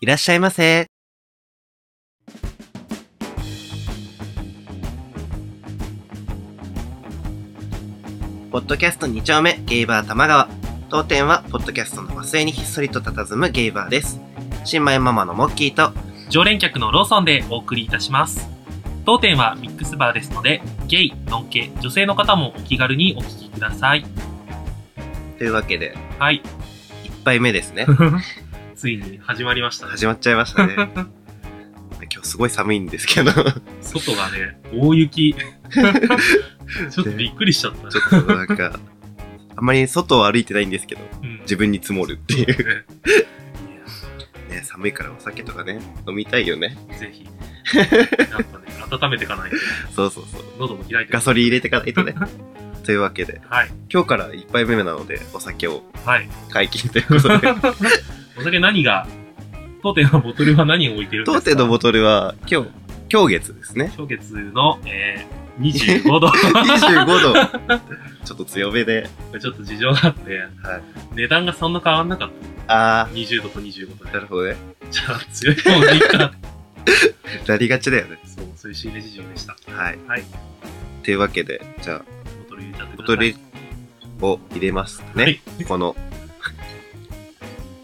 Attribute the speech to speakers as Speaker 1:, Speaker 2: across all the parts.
Speaker 1: いらっしゃいませ。ポッドキャスト2丁目、ゲイバー玉川。当店は、ポッドキャストの和製にひっそりと佇むゲイバーです。新米ママのモッキーと、
Speaker 2: 常連客のローソンでお送りいたします。当店はミックスバーですので、ゲイ、ノンケ、女性の方もお気軽にお聞きください。
Speaker 1: というわけで、
Speaker 2: はい。
Speaker 1: 1杯目ですね。
Speaker 2: ついに始まりましたね。
Speaker 1: 始まっちゃいました ね。今日すごい寒いんですけど、ちょ っ
Speaker 2: 外がね、大雪。ちょっとびっくりしちゃった。
Speaker 1: となんか、あんまり外を歩いてないんですけど、
Speaker 2: うん
Speaker 1: 自分に積もるっていう。
Speaker 2: いや
Speaker 1: ね、寒いからお酒とかね、飲みたいよね。
Speaker 2: ぜひ。やっぱね、温めていかないと、
Speaker 1: そうそうそう。
Speaker 2: 喉も開いて
Speaker 1: ガソリン入れてかないと ね。というわけで、
Speaker 2: はい。
Speaker 1: 今日から1杯目なので、お酒を
Speaker 2: はい。
Speaker 1: 解禁ということで、
Speaker 2: お酒何が、当店のボトルは何を置いてるんで
Speaker 1: 当
Speaker 2: すか
Speaker 1: 店のボトルは、今日、今日月ですね。
Speaker 2: 初月の、えー、25 度。
Speaker 1: 25度。ちょっと強めで、
Speaker 2: ちょっと事情があって、
Speaker 1: はい
Speaker 2: 値段がそんな変わんなかっ
Speaker 1: あ
Speaker 2: た。20度と25度
Speaker 1: ー、な
Speaker 2: で。
Speaker 1: るほどね。
Speaker 2: じゃあ強い方がい いか。
Speaker 1: なりがちだよね。
Speaker 2: そう、そういう仕入れ事情でした。
Speaker 1: はい。
Speaker 2: はい。
Speaker 1: というわけで、じゃあ、
Speaker 2: ボトル入れちゃってく
Speaker 1: ボ
Speaker 2: ださ
Speaker 1: ト
Speaker 2: い。
Speaker 1: ルを入れますね。
Speaker 2: はい
Speaker 1: この、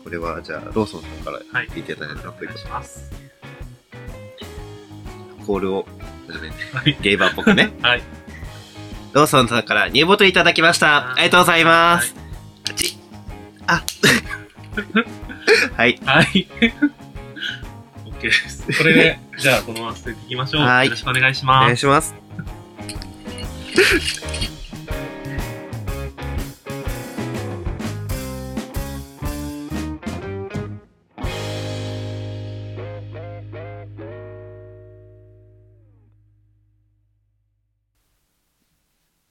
Speaker 1: これは、じゃあ、ローソンさんから
Speaker 2: はい。
Speaker 1: 入れていただいた
Speaker 2: お
Speaker 1: というこ
Speaker 2: 願い
Speaker 1: と
Speaker 2: します。
Speaker 1: で、コールを、
Speaker 2: はい。
Speaker 1: ゲイバーっぽくね。
Speaker 2: はい。
Speaker 1: ローソンさんからニューボトルいただきました。ありがとうございます。あちあ はい。
Speaker 2: はい。OK です。これで、じゃあこのまま続いていきましょう。
Speaker 1: はい
Speaker 2: よろしくお願いし
Speaker 1: お
Speaker 2: ま
Speaker 1: 願い
Speaker 2: す。
Speaker 1: します。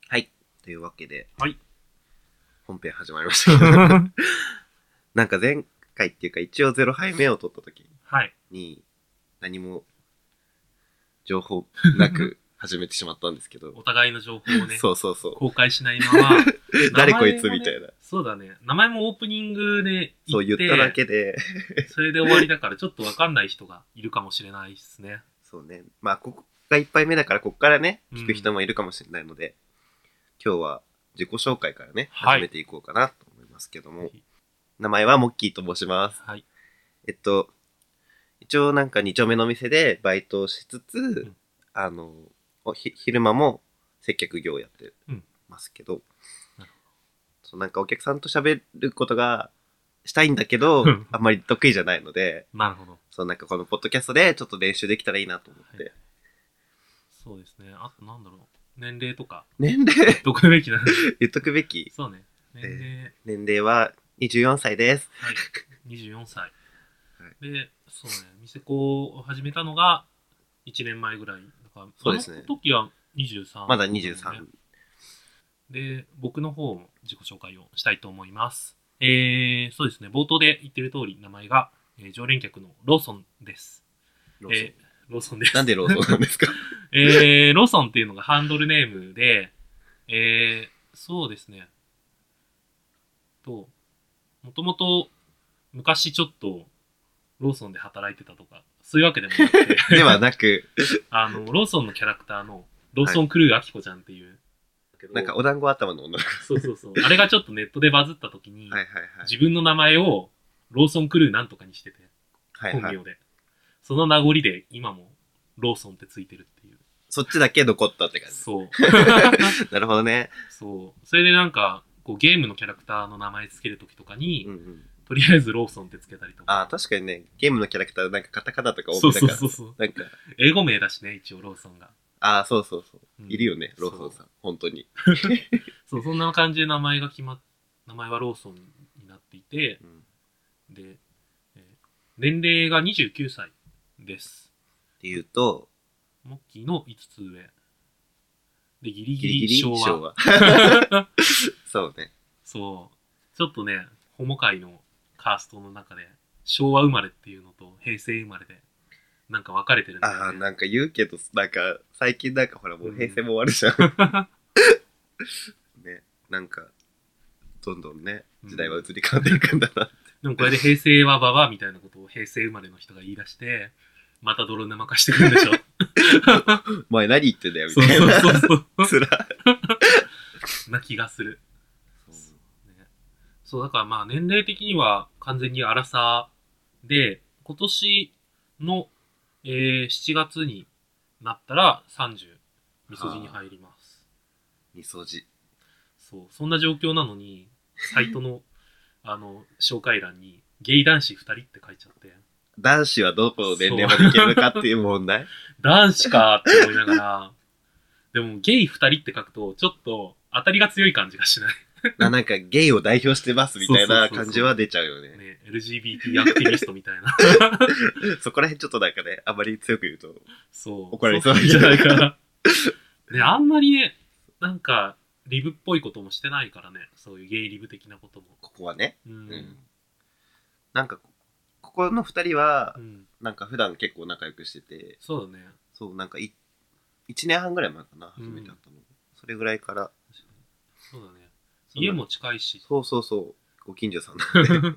Speaker 1: はい。というわけで、
Speaker 2: はい
Speaker 1: 本編始まりましたけ ど、なんか前回っていうか一応0杯目を取った時
Speaker 2: はい。
Speaker 1: に何も情報なく始めてしまったんですけど、
Speaker 2: お互いの情報をね、
Speaker 1: そうそうそう
Speaker 2: 公開しないまま。
Speaker 1: 誰こいつ
Speaker 2: 名前もね
Speaker 1: みたいな、
Speaker 2: そうだね。名前もオープニングで
Speaker 1: そう言
Speaker 2: 言っ、
Speaker 1: ってただけで
Speaker 2: それで終わりだからちょっとわかんない人がいるかもしれないですね。
Speaker 1: そうねまあここが1杯目だからここからね
Speaker 2: うん
Speaker 1: 聞く人もいるかもしれないので、今日は自己紹介からね
Speaker 2: はい
Speaker 1: 始めていこうかなと思いますけども、
Speaker 2: はい
Speaker 1: 名前はモッキーと申します
Speaker 2: はい。
Speaker 1: えっと一応なんか2丁目の店でバイトをしつつ、
Speaker 2: ん
Speaker 1: あのおひ昼間も接客業をやって
Speaker 2: うん
Speaker 1: ますけど、
Speaker 2: なる
Speaker 1: そうなんかお客さんと喋ることがしたいんだけどあんまり得意じゃないので
Speaker 2: なるほど。
Speaker 1: そうなんかこのポッドキャストでちょっと練習できたらいいなと思って、
Speaker 2: はいそうですね。あとなんだろう。年齢とか、
Speaker 1: 年齢
Speaker 2: どこべきな
Speaker 1: 言っとくべき
Speaker 2: そうね。年齢、
Speaker 1: 年齢は24歳です
Speaker 2: はい。24歳
Speaker 1: は。
Speaker 2: で、そうね。店子を始めたのが1年前ぐらい。だから
Speaker 1: そうですね
Speaker 2: その時は23。
Speaker 1: まだ23。
Speaker 2: で、僕の方も自己紹介をしたいと思います。えー、そうですね。冒頭で言ってる通り、名前が、えー常連客のローソンです。
Speaker 1: ローソン
Speaker 2: えーローソンです。
Speaker 1: なんでローソンなんです か
Speaker 2: えー、ローソンっていうのがハンドルネームで、えー、そうですね。と、もともと昔ちょっとローソンで働いてたとか、そういうわけでもなく
Speaker 1: 、
Speaker 2: て
Speaker 1: ではなく
Speaker 2: あの、ローソンのキャラクターのローソンクルーアキコちゃんっていう、けど
Speaker 1: なんかお団子頭の女の子
Speaker 2: そうそうそう。あれがちょっとネットでバズった時に、
Speaker 1: はいはい
Speaker 2: 自分の名前をローソンクルーなんとかにしてて、
Speaker 1: はいはい
Speaker 2: 本
Speaker 1: はい
Speaker 2: 名で。その名残で今もローソンってついてるっていう。
Speaker 1: そっちだけ残ったって 感じ
Speaker 2: そう。
Speaker 1: なるほどね。
Speaker 2: そう。それでなんか、こうゲームのキャラクターの名前つけるときとかに、
Speaker 1: うんうん。
Speaker 2: とりあえずローソンってつけたりとか。
Speaker 1: あー、確かにね、ゲームのキャラクターなんかカタカナとか多
Speaker 2: そう
Speaker 1: くだか
Speaker 2: そう
Speaker 1: ら。
Speaker 2: そうそう。
Speaker 1: なんか、
Speaker 2: 英語名だしね、一応ローソンが。
Speaker 1: あー、そうそうそう。
Speaker 2: うん
Speaker 1: いるよね、ローソンさん。本当に。
Speaker 2: そう、そんな感じで名前が決まっ、名前はローソンになっていて、
Speaker 1: うんっ
Speaker 2: で、えー年齢が29歳です。
Speaker 1: ていうと、
Speaker 2: モッキーの5つ上。で、ギ
Speaker 1: ギ
Speaker 2: リギ
Speaker 1: リギ
Speaker 2: リ
Speaker 1: リ
Speaker 2: 昭和。
Speaker 1: 昭和。 そうね。
Speaker 2: そう。ちょっとね、ホモ界のカーストの中で、昭和生まれっていうのと平成生まれで、なんか分かれてるんだよね
Speaker 1: あー、なんか言うけど、なんか、最近なんかほら、もう平成も終わる じゃん。ね、なんか、どんどんね、時代は移り変わっていくんだな。
Speaker 2: でもこれで平成はババアみたいなことを平成生まれの人が言い出して、また泥沼化してくる んでしょ。
Speaker 1: お前何言ってんだよ、み
Speaker 2: そう
Speaker 1: たい
Speaker 2: そう
Speaker 1: な。
Speaker 2: そうそ
Speaker 1: つら。
Speaker 2: う。な気がする。ねそう、だからまあ年齢的には完全に荒さで、今年の、えー7月になったら30、みそじに入ります。
Speaker 1: みそじ。
Speaker 2: そう、そんな状況なのに、サイトの、あの、紹介欄に、ゲイ男子2人って書いちゃって、
Speaker 1: 男子はどこの年齢までいけるかっていう問題
Speaker 2: 男子かーって思いながら、でもゲイ2人って書くと、ちょっと当たりが強い感じがしない。
Speaker 1: ななんかゲイを代表してますみたいな感じは出ちゃうよね。
Speaker 2: ね、LGBT アクティビストみたいな。
Speaker 1: そこら辺ちょっとなんかね、あまり強く言うと。
Speaker 2: そう。
Speaker 1: 怒られそう
Speaker 2: じゃないかな。ね、あんまりね、なんか、リブっぽいこともしてないからね。そういうゲイリブ的なことも。
Speaker 1: ここはね。
Speaker 2: う。
Speaker 1: うんん。なんか、ここの二人は
Speaker 2: う、ん
Speaker 1: なんか普段結構仲良くしてて、
Speaker 2: そうだね。
Speaker 1: そう、なんかい、一年半ぐらい前かな、
Speaker 2: うん
Speaker 1: 初めて会ったの。それぐらいから。
Speaker 2: そうだね。家も近いし。
Speaker 1: そうそうそう。ご近所さんだ。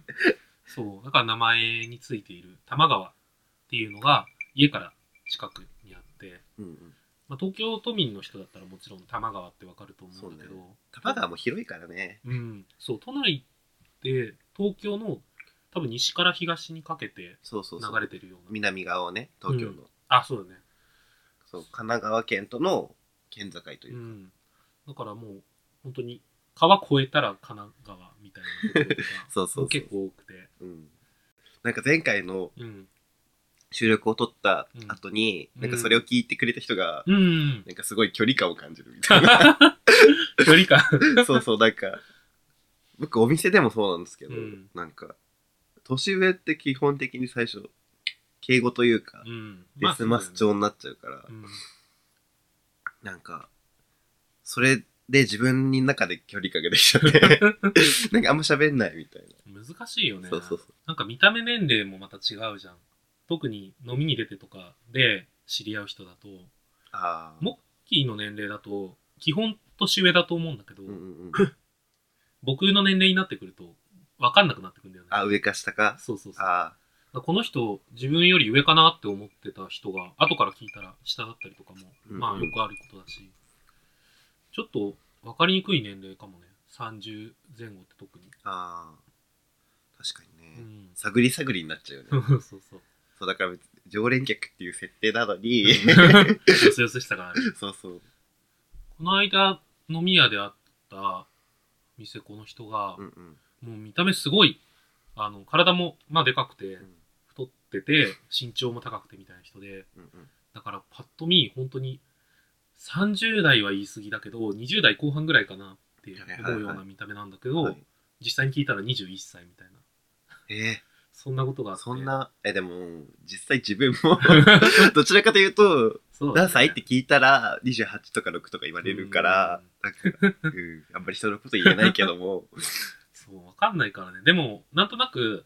Speaker 2: そう。だから名前についている多摩川っていうのが、家から近くにあって、
Speaker 1: うんうん。
Speaker 2: まあ、東京都民の人だったらもちろん多摩川ってわかると思うんだけど、
Speaker 1: そう多摩川も広いからね。
Speaker 2: うん。そう、都内って東京の多分西から東にかけて
Speaker 1: そうそう
Speaker 2: 流
Speaker 1: そう。
Speaker 2: れてるような。
Speaker 1: 南側をね、東京の。
Speaker 2: うんあ、そうだね。
Speaker 1: そう、神奈川県との県境といううか。
Speaker 2: ん、だからもう本当に川越えたら神奈川みたいなところ と
Speaker 1: そうそうそう
Speaker 2: か結構多くて、
Speaker 1: うん。なんか前回の
Speaker 2: うん
Speaker 1: 収録を撮った後に、
Speaker 2: うん
Speaker 1: なんかそれを聞いてくれた人が、
Speaker 2: うん、
Speaker 1: なんかすごい距離感を感じるみたいな。
Speaker 2: 距離 感
Speaker 1: そうそう、なんか、僕お店でもそうなんですけど、
Speaker 2: うん
Speaker 1: なんか、年上って基本的に最初、敬語というか、
Speaker 2: うん
Speaker 1: デスマス
Speaker 2: そう
Speaker 1: 調になっちゃうから、
Speaker 2: だよね
Speaker 1: なんか、それで自分の中で距離感ができちゃ って、なんかあんま喋んないみたい
Speaker 2: うん難しいよ
Speaker 1: な。
Speaker 2: ね
Speaker 1: そうそうそう。
Speaker 2: なんか見た目年齢もまた違うじゃん特に飲みに出てとかで知り合う人だと
Speaker 1: ああ。
Speaker 2: モッキーの年齢だと基本年上だと思うんだけど、
Speaker 1: うんうんうん。
Speaker 2: 僕の年齢になってくると分かんなくなってくるんだよね
Speaker 1: あ、上か下か。
Speaker 2: そうそうそう
Speaker 1: あ
Speaker 2: だからこの人、自分より上かなって思ってた人が、後から聞いたら下だったりとかも、
Speaker 1: うん
Speaker 2: まあよくあることだし、ちょっと分かりにくい年齢かもね。30前後って特に。
Speaker 1: あ。ああ。確かにね。
Speaker 2: うん。
Speaker 1: 探り探りになっちゃうよね。
Speaker 2: そうそう そう。
Speaker 1: そう、だから、常連客っていう設定なのに、
Speaker 2: よそよそしたから、ね、
Speaker 1: そうそう。
Speaker 2: この間、飲み屋で会った店子の人が、
Speaker 1: うんうん。
Speaker 2: もう見た目すごい、あの、体も、まあでかくて、太ってて、身長も高くてみたいな人で、
Speaker 1: うんうん
Speaker 2: だからパッと見、本当に30代は言い過ぎだけど、20代後半ぐらいかなって思うような見た目なんだけど、
Speaker 1: はい
Speaker 2: 実際に聞いたら21歳みたいな。
Speaker 1: え
Speaker 2: そんなことがあ
Speaker 1: ー、
Speaker 2: って。
Speaker 1: そんな、え、でも、実際自分 も、どちらかというと、
Speaker 2: そうだね
Speaker 1: 何歳って聞いたら、28とか6とか言われるから、なんか、うん、あんまり人のこと言えないけど も、
Speaker 2: そう、わかんないからね。でも、なんとなく、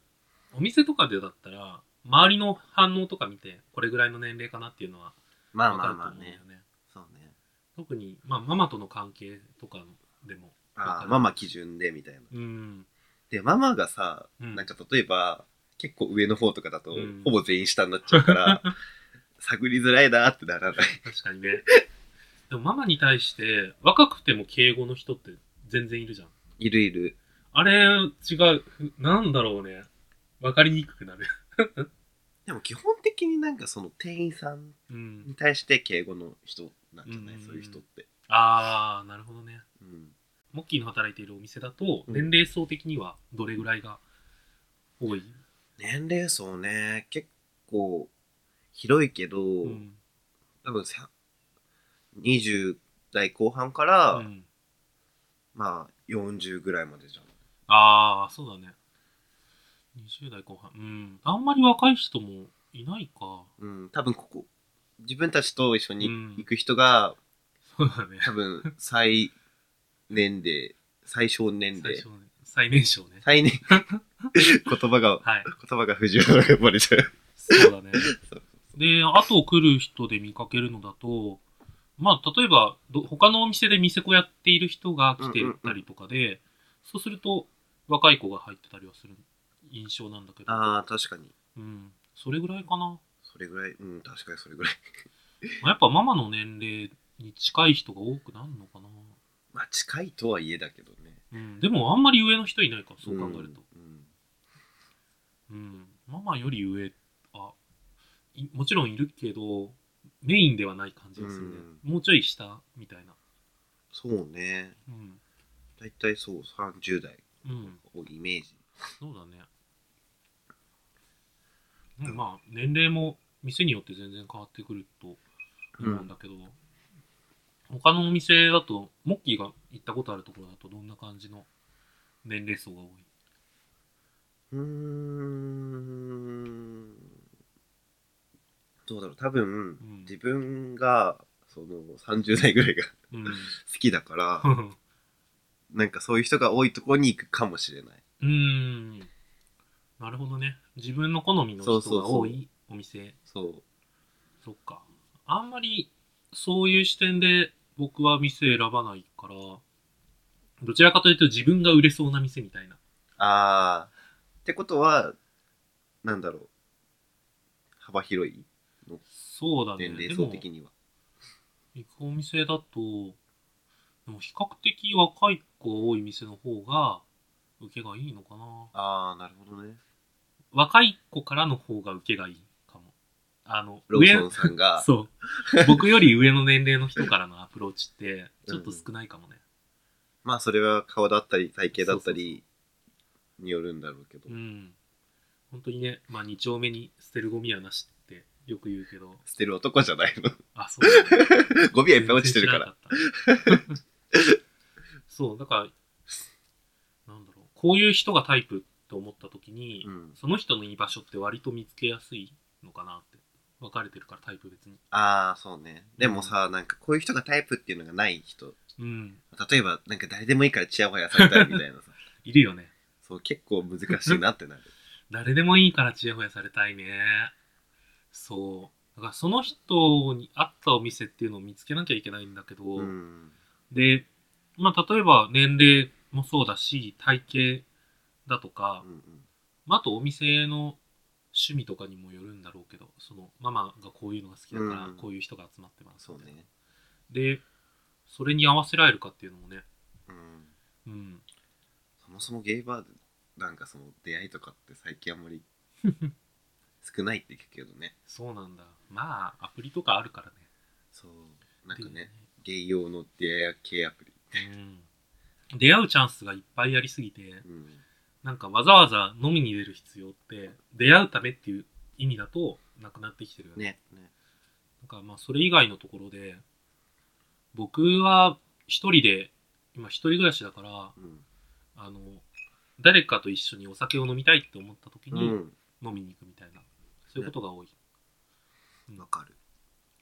Speaker 2: お店とかでだったら、周りの反応とか見て、これぐらいの年齢かなっていうのは
Speaker 1: まあ
Speaker 2: わか
Speaker 1: まあまあ
Speaker 2: ると思うんだよ
Speaker 1: ね
Speaker 2: ね。。
Speaker 1: そうね。
Speaker 2: 特に、まあ、ママとの関係とかでも。わ
Speaker 1: あ
Speaker 2: か
Speaker 1: あ、
Speaker 2: る
Speaker 1: ママ基準でみたいな。
Speaker 2: うん。
Speaker 1: で、ママがさ、
Speaker 2: うん
Speaker 1: なんか例えば、結構上の方とかだと
Speaker 2: うん、
Speaker 1: ほぼ全員下になっちゃう から、探りづらいなってならない。
Speaker 2: 確かにね。 でもママに対して、若くても敬語の人って全然いるじゃん。
Speaker 1: いるいる。
Speaker 2: あれ、違う。なんだろうね。わかりにくくなる。
Speaker 1: でも基本的になんかその店員さん
Speaker 2: うん。
Speaker 1: に対して敬語の人なんじゃない、
Speaker 2: うん
Speaker 1: そういう人って。
Speaker 2: あー、なるほどね。
Speaker 1: うん。
Speaker 2: モッキーの働いているお店だと、
Speaker 1: うん
Speaker 2: 年齢層的にはどれぐらいが多い、
Speaker 1: 年齢層ね、結構広いけど、
Speaker 2: うん、
Speaker 1: 多分さ20代後半から、
Speaker 2: うん
Speaker 1: まあ40ぐらいまでじゃん。
Speaker 2: あー、そうだね。20代後半。うん。あんまり若い人もいないか。
Speaker 1: うん、多分ここ、自分たちと一緒に
Speaker 2: うん
Speaker 1: 行く人が、
Speaker 2: そうだね。
Speaker 1: 多分最年齢、最小年
Speaker 2: 最
Speaker 1: 齢
Speaker 2: 初、ね、最年少ね。
Speaker 1: 最年、 言葉が、
Speaker 2: はい。
Speaker 1: 言葉が不自由なのが生まれちゃう。
Speaker 2: そうだね
Speaker 1: そう。
Speaker 2: で、あと来る人で見かけるのだと、まあ、例えば、ど他のお店で店子やっている人が来てたりとかで、そうすると、若い子が入ってたりはする印象なんだけど、
Speaker 1: ああ、確かに。
Speaker 2: うん、それぐらいかな。
Speaker 1: それぐらい、うん、確かにそれぐらい。
Speaker 2: まあやっぱママの年齢に近い人が多くなるのかな。
Speaker 1: まあ、近いとはいえだけどね。
Speaker 2: うん、でもあんまり上の人いないか、そう考えると。
Speaker 1: うん。
Speaker 2: うん、ママより上、あ、いもちろんいるけど、メインではない感じがするね。もうちょい下みたいな。
Speaker 1: そうね。
Speaker 2: うん、
Speaker 1: だいたいそう、30代
Speaker 2: うん、
Speaker 1: をイメージ。
Speaker 2: そうだね。うん、まあ、年齢も店によって全然変わってくると思うんだけど、他のお店だと、モッキーが行ったことあるところだと、どんな感じの年齢層が多い
Speaker 1: うん。ん。どうだろう。多分、
Speaker 2: うん
Speaker 1: 自分が、その、30代ぐらいが 好
Speaker 2: うん。
Speaker 1: きだ から、なんかそういう人が多いとこに行くかもしれない。
Speaker 2: うん。なるほどね。自分の好みの
Speaker 1: そ
Speaker 2: 人
Speaker 1: うそう
Speaker 2: が
Speaker 1: そう
Speaker 2: 多いお店。
Speaker 1: そう。
Speaker 2: そっか。あんまり、そういう視点で僕は店選ばないから、どちらかというと自分が売れそうな店みたいな。
Speaker 1: ああ。ってことは、なんだろう。幅広い
Speaker 2: そうだね。
Speaker 1: 年齢
Speaker 2: で
Speaker 1: 層
Speaker 2: も
Speaker 1: 的には。
Speaker 2: 行くお店だと、でも比較的若い子が多い店の方が、受けがいいのかな。
Speaker 1: ああ、なるほどね。
Speaker 2: 若い子からの方が受けがいいかも。あの、
Speaker 1: ローソ
Speaker 2: 上、
Speaker 1: ンさんが
Speaker 2: そう。僕より上の年齢の人からのアプローチって、ちょっと少ないかもね。
Speaker 1: まあそれは顔だったり体型だったりによるんだろうけど
Speaker 2: う。ん。本当にね、まあ2丁目に捨てるゴミはなしってよく言うけど、
Speaker 1: 捨てる男じゃないの。
Speaker 2: あ、そうだね、
Speaker 1: ゴミはいっぱい落ちてるから。
Speaker 2: 全然知らなかった。そう、だから、なんだろう。こういう人がタイプと思った時に、
Speaker 1: うん。
Speaker 2: その人の居場所って割と見つけやすいのかなって。分かれてるからタイプ別に。
Speaker 1: ああ、そうね。でもさ、なんかこういう人がタイプっていうのがない人。
Speaker 2: うん。
Speaker 1: 例えば、なんか誰でもいいからチヤホヤされたいみた いなさ。
Speaker 2: いるよね。
Speaker 1: そう、結構難しいなってなる。
Speaker 2: 誰でもいいからチヤホヤされたいね。そう。だからその人に合ったお店っていうのを見つけなきゃいけないんだけど、
Speaker 1: うん。
Speaker 2: で、まあ、例えば年齢もそうだし、体型だと
Speaker 1: う
Speaker 2: か、
Speaker 1: ん
Speaker 2: まあ、あとお店の趣味とかにもよるんだろうけど、そのママがこういうのが好きだから
Speaker 1: う、ん
Speaker 2: こういう人が集まってます、
Speaker 1: そうね。
Speaker 2: で、それに合わせられるかっていうのもね、
Speaker 1: うん。
Speaker 2: うん、
Speaker 1: そもそもゲイバーでなんかその出会いとかって最近あん まり少ないって聞くけどね。
Speaker 2: そうなんだ。まあ、アプリとかあるからね。
Speaker 1: そう。なんか
Speaker 2: っていう
Speaker 1: ね、ゲイ用の出会い系アプリ。
Speaker 2: ねうん。出会うチャンスがいっぱいありすぎて、
Speaker 1: うん。
Speaker 2: なんかわざわざ飲みに出る必要って、出会うためっていう意味だとなくなってきてるよね。
Speaker 1: ね。ね
Speaker 2: なんかまあそれ以外のところで、僕は一人で、今一人暮らしだから、
Speaker 1: うん。
Speaker 2: あの、誰かと一緒にお酒を飲みたいって思った時
Speaker 1: う
Speaker 2: に
Speaker 1: ん。
Speaker 2: 飲みに行くみたいな、そういうことが多い。
Speaker 1: わかる。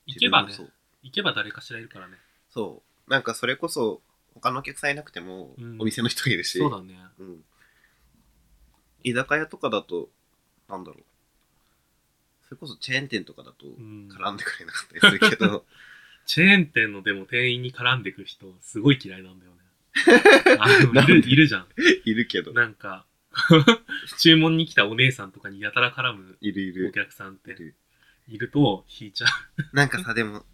Speaker 2: 行けばね
Speaker 1: 自、分もそう。
Speaker 2: 行けば誰かしらいるからね。
Speaker 1: そう。なんかそれこそ、他のお客さんいなくても
Speaker 2: うん、
Speaker 1: お店の人がいるし、
Speaker 2: そうだね。
Speaker 1: うん。居酒屋とかだと、なんだろう。それこそチェーン店とかだと、
Speaker 2: うん、
Speaker 1: 絡んでくれなかったりするけ ど、
Speaker 2: チェーン店のでも店員に絡んでく人、すごい嫌いな んだよね。あの
Speaker 1: なん
Speaker 2: い
Speaker 1: で
Speaker 2: るいるじゃん。
Speaker 1: いるけど、
Speaker 2: なんか、 注文に来たお姉さんとかにやたら絡む
Speaker 1: いるい
Speaker 2: お
Speaker 1: る。
Speaker 2: 客さんっ
Speaker 1: い
Speaker 2: て
Speaker 1: る
Speaker 2: いると引いちゃ
Speaker 1: なんかさ、でも、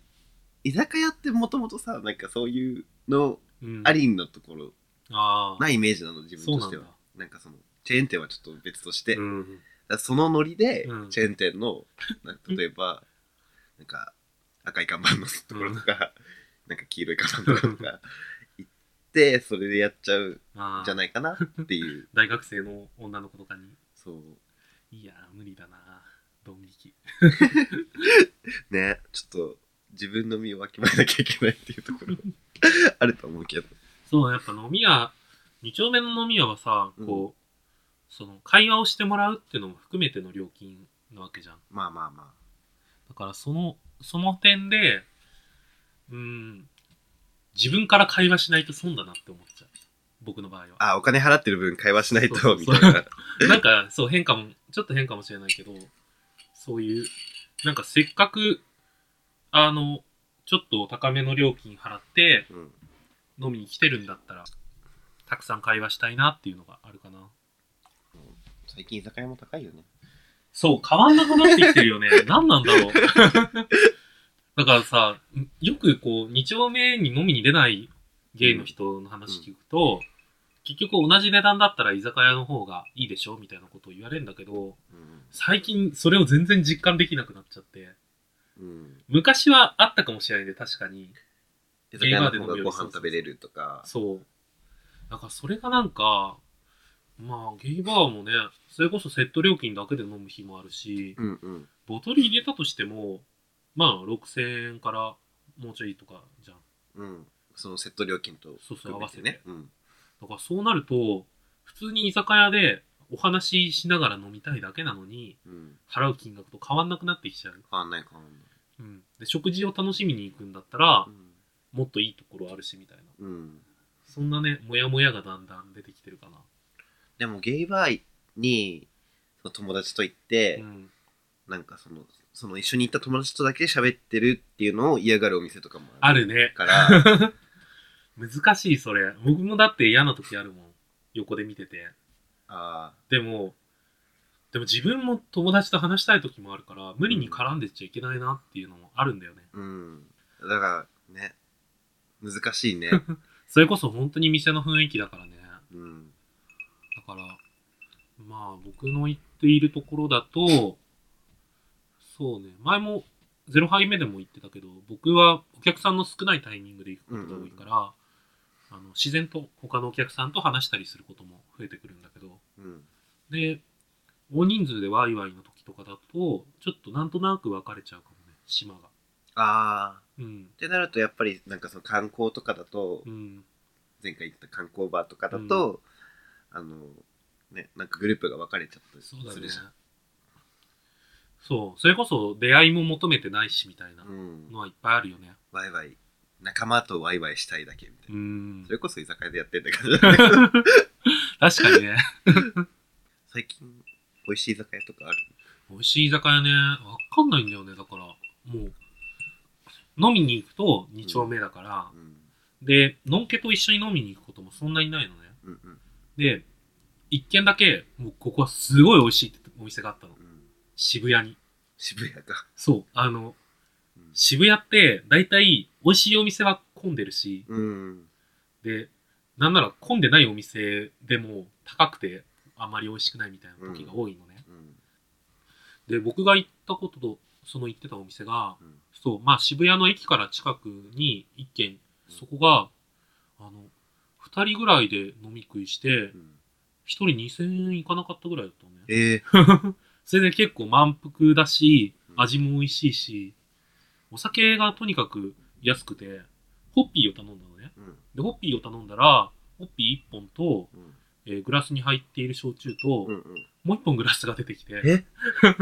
Speaker 1: 居酒屋ってもともとさ、なんかそういうの
Speaker 2: う。うん、
Speaker 1: ありんのところ、
Speaker 2: ああ。
Speaker 1: ないイメージなの、自
Speaker 2: そう
Speaker 1: 分と
Speaker 2: な
Speaker 1: し
Speaker 2: ん
Speaker 1: て
Speaker 2: だ。
Speaker 1: は。なんかその、チェーン店はちょっと別として、
Speaker 2: う
Speaker 1: だか
Speaker 2: ん。
Speaker 1: らそのノリで
Speaker 2: う、ん
Speaker 1: チェーン店の、なんか例えば、なんか、赤い看板のところとか、なんか黄色い看板のところとか、行って、それでやっちゃうん
Speaker 2: ああ
Speaker 1: じゃないかなって いう、
Speaker 2: 大学生の女の子とかに、
Speaker 1: そう。
Speaker 2: いやー、無理だなドン引き。
Speaker 1: ね、ちょっと、自分の身をわきまえなきゃいけないっていうところ、 あると思うけど。
Speaker 2: そう、やっぱ飲み屋、二丁目の飲み屋はさ、こう、その、会話をしてもらうっていうのも含めての料金なわけじゃん。
Speaker 1: まあまあま
Speaker 2: だから、その、その点で、うん、自分から会話しないと損だなって思っちゃう。僕の場合は。
Speaker 1: あ。あ、お金払ってる分会話しない
Speaker 2: そ
Speaker 1: と、
Speaker 2: うそう
Speaker 1: み
Speaker 2: そう
Speaker 1: たいな。
Speaker 2: なんか、そう、変かも、ちょっと変かもしれないけど、そういう、なんかせっかく、あの、ちょっと高めの料金払って
Speaker 1: うん。
Speaker 2: 飲みに来てるんだったら、たくさん会話したいなっていうのがあるかな。
Speaker 1: 最最近居酒屋も高いよね。
Speaker 2: そう、変わんなくなってきてる よね。何なんだろう。だからさ、よくこう、2丁目に飲みに出ないゲイの人の話聞くと、結局同じ値段だったら居酒屋の方がいいでしょみたいなことを言われるんだけど、最近それを全然実感できなくなっちゃって、
Speaker 1: うん。うん。
Speaker 2: 昔はあったかもしれないね、確かに。
Speaker 1: 居酒屋の方がご飯食べれるとか。
Speaker 2: そう。だからそれがなんか、まあゲイバーもね、それこそセット料金だけで飲む日もあるし、
Speaker 1: うんうん。
Speaker 2: ボトル入れたとしても、まあ、6000円からもうちょいとかじゃん。
Speaker 1: うん。そのセット料金と
Speaker 2: そうそう、
Speaker 1: 含
Speaker 2: 合
Speaker 1: め
Speaker 2: わせ
Speaker 1: て
Speaker 2: て
Speaker 1: ね
Speaker 2: ね。。
Speaker 1: うん。
Speaker 2: だからそうなると、普通に居酒屋でお話ししながら飲みたいだけなのに、
Speaker 1: うん。
Speaker 2: 払う金額と変わんなくなってきちゃう。
Speaker 1: 変わんない変わんない。
Speaker 2: うん。で、食事を楽しみに行くんだったら、もっといいところあるし、みたいな。
Speaker 1: うん。うん。
Speaker 2: そんなね、モヤモヤがだんだん出てきてるかな。
Speaker 1: でもゲイバーに、その友達と行って、
Speaker 2: うん。
Speaker 1: なんかその、その一緒に行った友達とだけで喋ってるっていうのを嫌がるお店とかも
Speaker 2: あるね。
Speaker 1: から、
Speaker 2: 難しい、それ。僕もだって嫌な時あるもん。横で見てて。
Speaker 1: あ
Speaker 2: でも、でも自分も友達と話したい時もあるから、無理に絡んでっちゃいけないなっていうのもあるんだよね。
Speaker 1: ーうん。だからね、難しい ね。
Speaker 2: それこそ本当に店の雰囲気だからね。
Speaker 1: うん。
Speaker 2: だから、まあ僕の言っているところだと、そうね、前も0杯目でも言ってたけど、僕はお客さんの少ないタイミングで行くことが多いから、あの自然と他のお客さんと話したりすることも増えてくるんだけど、
Speaker 1: うん。
Speaker 2: で、大人数でワイワイの時とかだと、ちょっとなんとなく分かれちゃうかもね、島が。
Speaker 1: ああ。
Speaker 2: うん
Speaker 1: っ。てなると、やっぱり、なんかその観光とかだと
Speaker 2: う、ん。
Speaker 1: 前回言った観光バーとかだと、あの、ね、なんかグループが分かれちゃったりす
Speaker 2: そうだね
Speaker 1: るじゃん。。
Speaker 2: そう、それこそ出会いも求めてないしみたいな
Speaker 1: うん
Speaker 2: の。はいっぱいあるよね。
Speaker 1: ワイワイ、仲間とワイワイしたいだけみたいな。
Speaker 2: うん
Speaker 1: そ。れこそ居酒屋でやってんだ から、ね、
Speaker 2: 確かにね。
Speaker 1: 最近、美味しい居酒屋とかある
Speaker 2: 美味しい居酒屋ね、わかんないんだよね、だから。もう、飲みに行くと2丁目だから、
Speaker 1: うん。
Speaker 2: で、のんけと一緒に飲みに行くこともそんなにないのね。
Speaker 1: うんうん
Speaker 2: で、一軒だけ、もうここはすごい美味しいってお店があったの
Speaker 1: う。ん。
Speaker 2: 渋谷に。
Speaker 1: 渋谷か。
Speaker 2: そう。あの、
Speaker 1: うん
Speaker 2: 渋谷って、だいたい美味しいお店は混んでるし、
Speaker 1: うん。
Speaker 2: で、なんなら混んでないお店でも高くて、あんまり美味しくないみたいな時が多いのね。
Speaker 1: うん。
Speaker 2: で、僕が行ったことと、その行ってたお店が、
Speaker 1: うん
Speaker 2: そう、まあ渋谷の駅から近くに一軒、そこが、あの、二人ぐらいで飲み食いして
Speaker 1: う、ん
Speaker 2: 一人2000円いかなかったぐらいだったのね。
Speaker 1: ええ
Speaker 2: それで結構満腹だし、
Speaker 1: うん
Speaker 2: 味も美味しいし、お酒がとにかく安くて、ホッピーを頼んだのね。
Speaker 1: うん。
Speaker 2: で、ホッピーを頼んだら、ホッピー1本と、
Speaker 1: うん。
Speaker 2: えーグラスに入っている焼酎と、
Speaker 1: うんうん。
Speaker 2: もう1本グラスが出てきて、
Speaker 1: え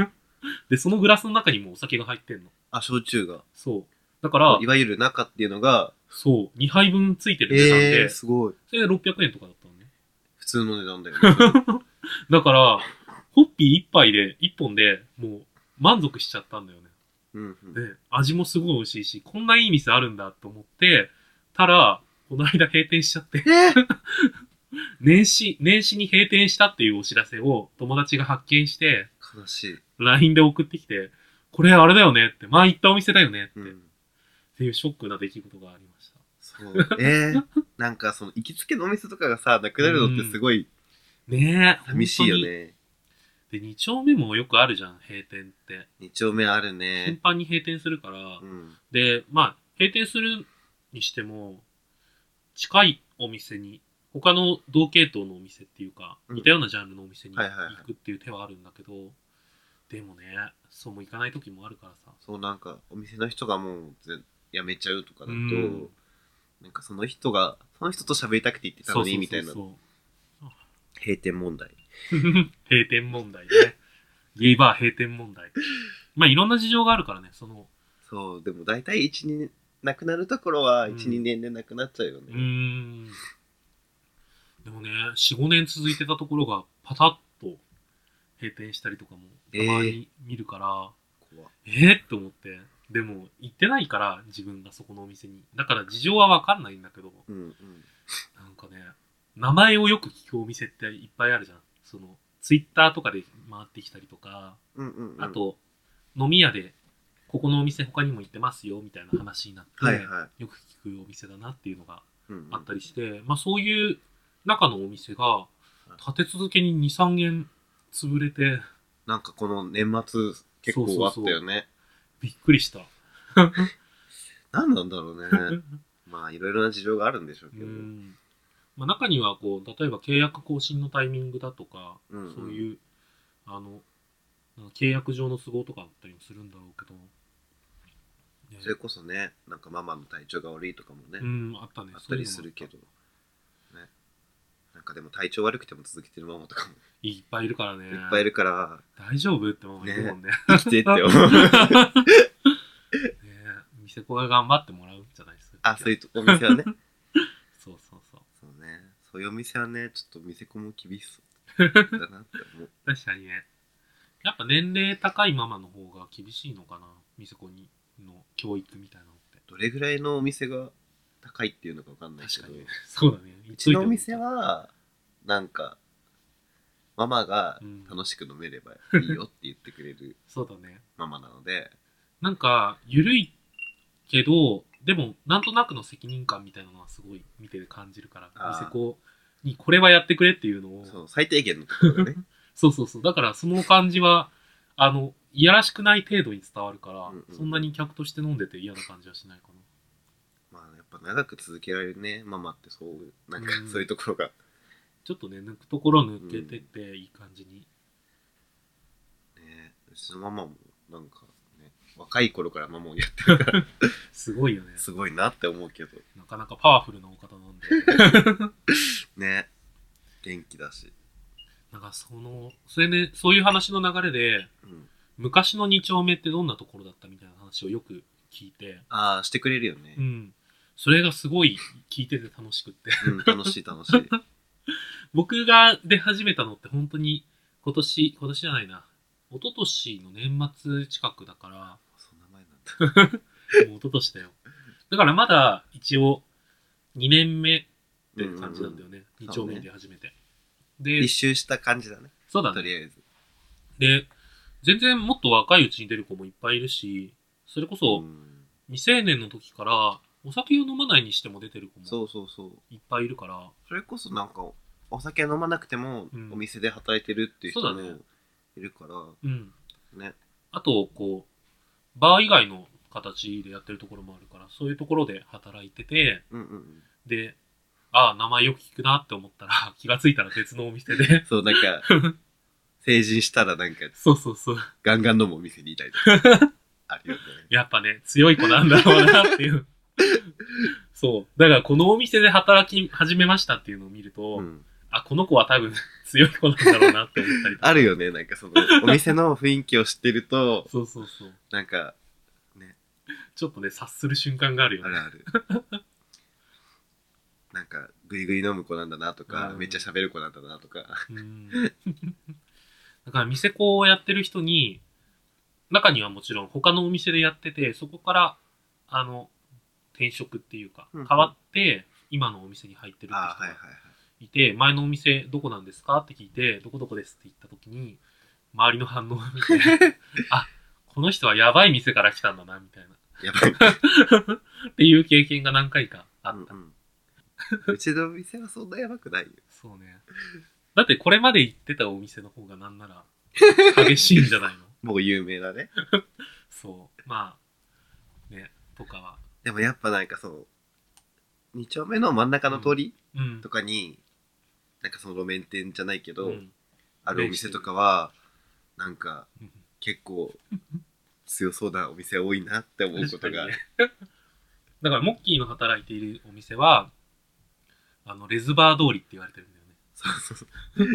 Speaker 2: で、そのグラスの中にもうお酒が入ってんの。
Speaker 1: あ、焼酎が。
Speaker 2: そう。だから
Speaker 1: い、わゆる中っていうのが、
Speaker 2: そう、2杯分ついてる値段
Speaker 1: ええ
Speaker 2: で、
Speaker 1: ー、すごい。
Speaker 2: それで600円とかだったのね。
Speaker 1: 普通の値段だ よね。
Speaker 2: だから、ホッピー1杯で、1本でもう満足しちゃったんだよね。
Speaker 1: うんうん。
Speaker 2: で、味もすごい美味しいし、こんないい店あるんだと思って、たら、この間閉店しちゃって、
Speaker 1: えー
Speaker 2: 年始、年始に閉店したっていうお知らせを友達が発見して、
Speaker 1: 悲しい。
Speaker 2: LINE で送ってきて、これあれだよねって、前行ったお店だよねって、
Speaker 1: う
Speaker 2: っ
Speaker 1: ん。
Speaker 2: ていうショックな出来事がありました。
Speaker 1: そう。えー、なんかその行きつけのお店とかがさ、なくなるのってすごい
Speaker 2: ねえ、
Speaker 1: 寂しいよ
Speaker 2: 本当に。
Speaker 1: ね。
Speaker 2: で、2丁目もよくあるじゃん、閉店って。
Speaker 1: 二丁目あるね
Speaker 2: 頻。繁に閉店するから、
Speaker 1: うん。
Speaker 2: で、まあ、閉店するにしても、近いお店に、他の同系統のお店っていうか、
Speaker 1: うん
Speaker 2: 似たようなジャンルのお店に
Speaker 1: はいはいはい
Speaker 2: 行くっていう手はあるんだけど、でもね、そうも行かない時もあるからさ。
Speaker 1: そうなんか、お店の人がもうぜ辞めちゃうとかだと、
Speaker 2: うん
Speaker 1: なんかその人が、その人と喋りたくて行ってた
Speaker 2: そ
Speaker 1: の
Speaker 2: うそ
Speaker 1: に、
Speaker 2: うそう
Speaker 1: みたいな
Speaker 2: そう。
Speaker 1: 閉店問題。
Speaker 2: 閉店問題ね。ゲイバー閉店問題。まあ、いろんな事情があるからね、その、
Speaker 1: そう、でも大体1、2年、なくなるところは1、
Speaker 2: うん
Speaker 1: 2年でなくなっちゃうよ
Speaker 2: う
Speaker 1: ね。
Speaker 2: ーん。でもね、4、5年続いてたところが、パタッと閉店したりとかも、たまに見るから、
Speaker 1: 怖
Speaker 2: えっと思って。でも、行ってないから、自分がそこのお店に。だから事情はわかんないんだけど、
Speaker 1: うんうん。
Speaker 2: なんかね、名前をよく聞くお店っていっぱいあるじゃん。その、ツイッターとかで回ってきたりとか、
Speaker 1: うんうんうん。
Speaker 2: あ、と、飲み屋で、ここのお店他にも行ってますよ、みたいな話になって、
Speaker 1: はいは
Speaker 2: よく聞くお店だなっていうのが
Speaker 1: い。うんうん
Speaker 2: あったりして、まあそういう中のお店が、立て続けに2、3軒潰れて、
Speaker 1: なんかこの年末結構あったよね。
Speaker 2: びっくりした。
Speaker 1: 何なんだろうね。まあいろいろな事情があるんでしょうけ
Speaker 2: う
Speaker 1: ど。うん
Speaker 2: んまあ、中にはこう例えば契約更新のタイミングだとか、
Speaker 1: うんうん
Speaker 2: そういうあのなんか契約上の都合とかあったりもするんだろうけど、ね
Speaker 1: それこそね、なんかママの体調が悪いとかもね、
Speaker 2: うん、あったね
Speaker 1: あったりするけど。ね。なんかでも体調悪くても続けてるママとかも
Speaker 2: そういうのもいっぱいいるからね
Speaker 1: いっぱいいるから、
Speaker 2: 大丈夫って思うもんねね
Speaker 1: 生きてって 思う。
Speaker 2: 店子が頑張ってもらうんじゃないですか
Speaker 1: あ、そういうとお店はね。
Speaker 2: そうそうそう
Speaker 1: そうね。そういうお店はね、ちょっと店子も厳しそう。だなって思う。
Speaker 2: 確かにねやっぱ年齢高いママの方が厳しいのかな店子にの教育みたいなのって
Speaker 1: どれぐらいのお店が高いっていうのかわかんないけ
Speaker 2: 確
Speaker 1: ど
Speaker 2: か。にそうだねう
Speaker 1: うちのお店は、なんか、ママが楽しく飲めればいいよって言ってくれる
Speaker 2: そうだね
Speaker 1: ママなので、
Speaker 2: なんか、ゆるいけど、でも、なんとなくの責任感みたいなのはすごい見て感じるから、
Speaker 1: あー
Speaker 2: 店子にこれはやってくれっていうのを、
Speaker 1: そう最低限のところが ね、
Speaker 2: そうそうそう。だから、その感じは、あの、いやらしくない程度に伝わるから、
Speaker 1: うんうん
Speaker 2: そんなに客として飲んでて嫌な感じはしないか
Speaker 1: まあやっぱ長く続けられるね、ママってそう、なんか
Speaker 2: うん
Speaker 1: そういうところが。
Speaker 2: な。ちょっとね、抜くところ抜けてって、いい感じに。
Speaker 1: ね、うちのママもなんかね、若い頃からママをやってるから、
Speaker 2: すごいよね。
Speaker 1: すごいなって思うけど、
Speaker 2: なかなかパワフルなお方なんで。
Speaker 1: ね、元気だし。
Speaker 2: なんか、その、それね、そういう話の流れで、
Speaker 1: うん、
Speaker 2: 昔の二丁目ってどんなところだったみたいな話をよく聞いて、
Speaker 1: ああ、してくれるよね
Speaker 2: う。ん。それがすごい聞いてて楽しくって。
Speaker 1: うん、楽しい楽しい。
Speaker 2: 僕が出始めたのって本当に今年、今年じゃないな。一昨年の年末近くだか
Speaker 1: そんな前なんだ。
Speaker 2: ら、もう一昨年だよ。 だからまだ一応2年目って感じなんだよね。
Speaker 1: ん
Speaker 2: 二
Speaker 1: うん
Speaker 2: 丁目で初めて。
Speaker 1: 一
Speaker 2: で、
Speaker 1: 周した感じだね、
Speaker 2: そうだ
Speaker 1: と
Speaker 2: ね。
Speaker 1: りあえず。
Speaker 2: で、全然もっと若いうちに出る子もいっぱいいるし、それこそ
Speaker 1: ん
Speaker 2: 未成年の時からお酒を飲まないにしても出てる子
Speaker 1: そ
Speaker 2: も
Speaker 1: うそうそう。
Speaker 2: いっぱいいるから、
Speaker 1: それこそなんかお酒飲まなくても
Speaker 2: うん
Speaker 1: お店で働いてるっていう人
Speaker 2: そうだ
Speaker 1: も
Speaker 2: ね
Speaker 1: いるから
Speaker 2: うん。
Speaker 1: ね
Speaker 2: あと、こう、バー以外の形でやってるところもあるから、そういうところで働いてて、
Speaker 1: うんうんうん、
Speaker 2: で、ああ、名前よく聞くなって思ったら、 気がついたら別のお店で
Speaker 1: そうなんか成人したらなんか
Speaker 2: そうそうそう。
Speaker 1: ガンガン飲むお店にいたりとか あるよね
Speaker 2: やっぱね、強い子なんだろうなっ ていう。そう。だから、このお店で働き始めましたっていうのを見ると、
Speaker 1: うん
Speaker 2: あ、この子は多分 強い子なんだろうなって思ったりとか。
Speaker 1: あるよねなんかそのお店の雰囲気を知ってると
Speaker 2: そうそうそう。
Speaker 1: なんか
Speaker 2: ちょっとね、察する瞬間があるよ
Speaker 1: あ
Speaker 2: ね
Speaker 1: る。あるなんかグイグイ飲む子なんだなとか
Speaker 2: うん
Speaker 1: めっちゃ喋る子なんだなとか
Speaker 2: うん だから店子をやってる人に中にはもちろん他のお店でやっててそこからあの転職っていうか
Speaker 1: うんう
Speaker 2: 変
Speaker 1: ん
Speaker 2: わって今のお店に入ってるって人
Speaker 1: ああはい
Speaker 2: が
Speaker 1: はいはい
Speaker 2: いて前のお店どこなんですかって聞いてどこどこですって言った時に周りの反応を見て あこの人はやばい店から来たんだなみたいな
Speaker 1: やばい
Speaker 2: っていう経験が何回かあった、
Speaker 1: うんうんうちのお店はそんなやばくないよ
Speaker 2: そうねだってこれまで行ってたお店の方がなんなら激しいんじゃない の
Speaker 1: もう有名だね
Speaker 2: そう。まあ、ね、とかは。
Speaker 1: でもやっぱなんかそう、二丁目の真ん中の通り
Speaker 2: うん
Speaker 1: と。かに、なんかその路面店じゃないけど、
Speaker 2: うん
Speaker 1: あるお店とかは、なんか
Speaker 2: うん
Speaker 1: 結構強そうなお店多いなって思うこと
Speaker 2: 確か
Speaker 1: が、
Speaker 2: にね だから、モッキーの働いているお店は、あの、レズバー通りって言われてるんだよね。
Speaker 1: そうそうそう。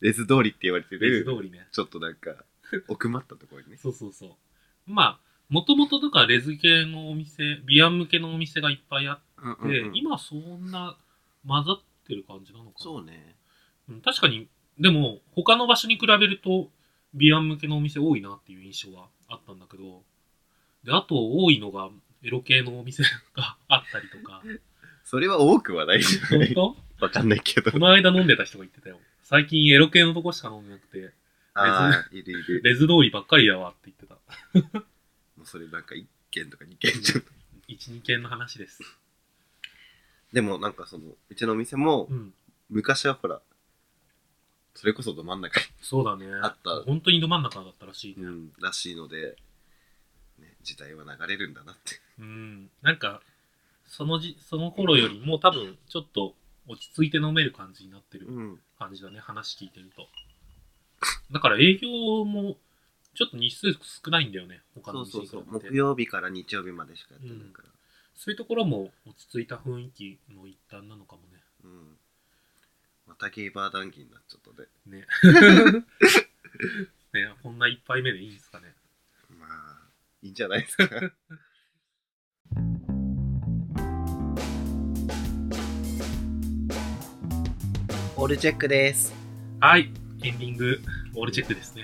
Speaker 1: レズ通りって言われて
Speaker 2: レズ
Speaker 1: る、
Speaker 2: 通りね。
Speaker 1: ちょっとなんか奥まったところにね。
Speaker 2: そうそうそう。まあ、もともとだからレズ系のお店、ビアン向けのお店がいっぱいあ
Speaker 1: うん
Speaker 2: って、今そんな混ざってる感じなのかな。
Speaker 1: そうね。
Speaker 2: うん確かに、でも、他の場所に比べると、ビアン向けのお店多いなっていう印象はあったんだけど、で、あと多いのが、エロ系のお店があった りとか、
Speaker 1: それは多くはないじゃな
Speaker 2: 本
Speaker 1: い。
Speaker 2: 当
Speaker 1: わかんないけど
Speaker 2: こ。の間飲んでた人が言ってたよ。最近エロ系のとこしか飲んでなくて、
Speaker 1: ああ、いるいる。
Speaker 2: レズ通りばっかりやわって言ってた。
Speaker 1: もうそれなんか1件とか2件ちょっと。
Speaker 2: 一、二件の話です。
Speaker 1: でもなんかその、うちのお店も
Speaker 2: う、ん。
Speaker 1: 昔はほら、それこそど真ん中に
Speaker 2: そうだね。
Speaker 1: あった
Speaker 2: 本当にど真ん中だったらしいね。
Speaker 1: うん、らしいので、ね、時代は流れるんだなって。
Speaker 2: うん、なんか、そのじ、その頃よりも多分、ちょっと落ち着いて飲める感じになってる
Speaker 1: うん。
Speaker 2: 感じだね、話聞いてると。だから営業も、ちょっと日数少ないんだよね、他
Speaker 1: そ
Speaker 2: の
Speaker 1: う
Speaker 2: 店
Speaker 1: そ
Speaker 2: に
Speaker 1: う
Speaker 2: 比
Speaker 1: そう。
Speaker 2: べて。
Speaker 1: 木曜日から日曜日までしかやってないから。
Speaker 2: そういうところも落ち着いた雰囲気の一端なのかもね。
Speaker 1: うん。またゲイバー談義になっちゃったで。
Speaker 2: ね。ね、こんな一杯目でいいんですかね。
Speaker 1: まあ、いいんじゃないですか。 オールチェックです。
Speaker 2: はい、エンディング、オールチェックで すね。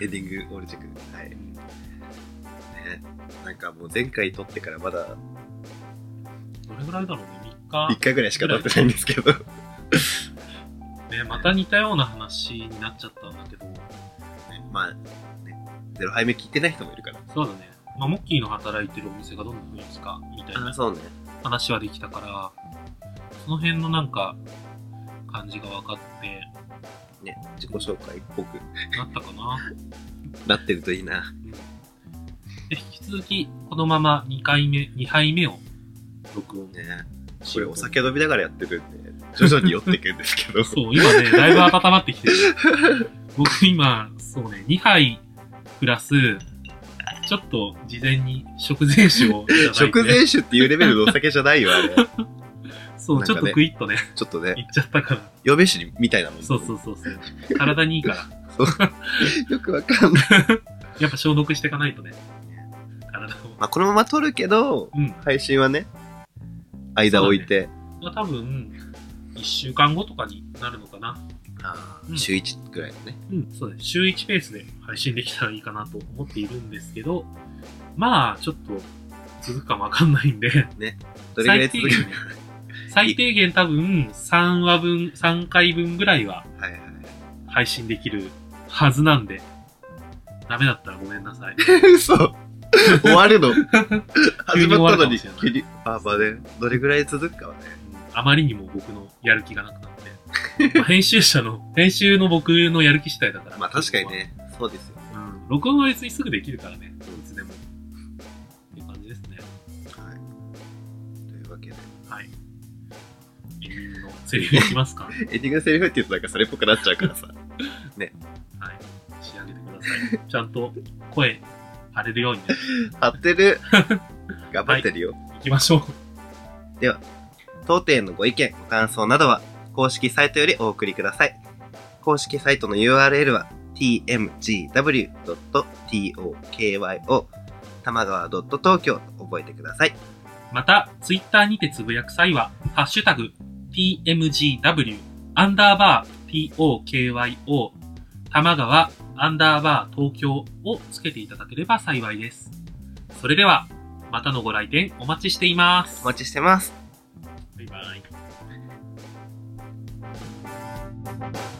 Speaker 1: エンディングオールチェックです。はい。ね。なんかもう前回撮ってからまだ
Speaker 2: どれぐらいだろうね、3日
Speaker 1: 1。回ぐらいしか撮ってないんですけど。
Speaker 2: ね、また似たような話になっちゃったんだけど、
Speaker 1: まあ、ね、ゼロ杯目聞いてない人もいるから。
Speaker 2: そうだね。まあ、モッキーの働いてるお店がどんな雰囲気か、みたいな
Speaker 1: そうね。
Speaker 2: 話はできたから、その辺のなんか、感じが分かって、
Speaker 1: ね、自己紹介っぽく
Speaker 2: なったかな。
Speaker 1: なってるといいな。
Speaker 2: で、引き続き、このまま2回目、2杯目を録音
Speaker 1: ね。
Speaker 2: し
Speaker 1: これ
Speaker 2: よう
Speaker 1: お酒飲みながらやってるんで、徐々に酔っていくんですけ ど。
Speaker 2: そう、今ね、だいぶ温まってきてる。僕今、そうね、2杯プラス、ちょっと事前に食前酒をいただいて。
Speaker 1: 食前酒っていうレベルのお酒じゃないよ、あ れ。
Speaker 2: そう、
Speaker 1: なん
Speaker 2: ち
Speaker 1: か
Speaker 2: ょ
Speaker 1: ね
Speaker 2: っとクイッとね、
Speaker 1: ちょっとね、
Speaker 2: いっちゃったから。
Speaker 1: 予備酒みたいなもん。
Speaker 2: そうそうそうそう。体にいいから。
Speaker 1: よくわかんない。
Speaker 2: やっぱ消毒していかないとね。体を。
Speaker 1: まあ、このまま撮るけど、
Speaker 2: うん。
Speaker 1: 配信はね、間置いて、
Speaker 2: まあ多分、1週間後とかになるのかな。
Speaker 1: あー
Speaker 2: うん
Speaker 1: 週1くらいのね。
Speaker 2: うん、そうです。週1ペースで配信できたらいいかなと思っているんですけど、まあ、ちょっと、続くかもわかんないんで、
Speaker 1: どれぐらい続く
Speaker 2: 最低限 ね最低限多分、3話分、3回分ぐらいは
Speaker 1: はいはい。
Speaker 2: 配信できるはずなんで、ダメだったらごめんな さい。
Speaker 1: 嘘終わるの
Speaker 2: 急
Speaker 1: 始
Speaker 2: に終
Speaker 1: ま
Speaker 2: わ
Speaker 1: ったの
Speaker 2: るかも
Speaker 1: に
Speaker 2: しれない、
Speaker 1: 急に。まあまあね、どれぐらい続くかはね。
Speaker 2: あまりにも僕のやる気がなくなって。まあ編集 者の、編集の僕のやる気次第だから。
Speaker 1: まあ確かに。ね、そうですよ。
Speaker 2: うん。録音は別にすぐできるからね。いつでも。っていう感じですね。
Speaker 1: はい。というわけで、
Speaker 2: はい。エンディングのセリフいきますかは
Speaker 1: エンディングのセリフって言うとなんかそれっぽくなっちゃうからさ。
Speaker 2: い。仕上げてください。ちゃんと声、張れるようにね。
Speaker 1: 張ってる。頑張ってるよ。
Speaker 2: いきましょう。
Speaker 1: 当店のご意見、ご感想などは、公式サイトよりお送りください。公式サイトの URL は、tmgw.tokyo 玉川 .tokyo と覚えてください。
Speaker 2: また、ツイッターにてつぶやく際は、ハッシュタグ、tmgw、アンダーバー、tokyo、玉川、アンダーバー、東京をつけていただければ幸いです。それでは、またのご来店お待ちしています。
Speaker 1: お待ちしてます。
Speaker 2: バイバイ。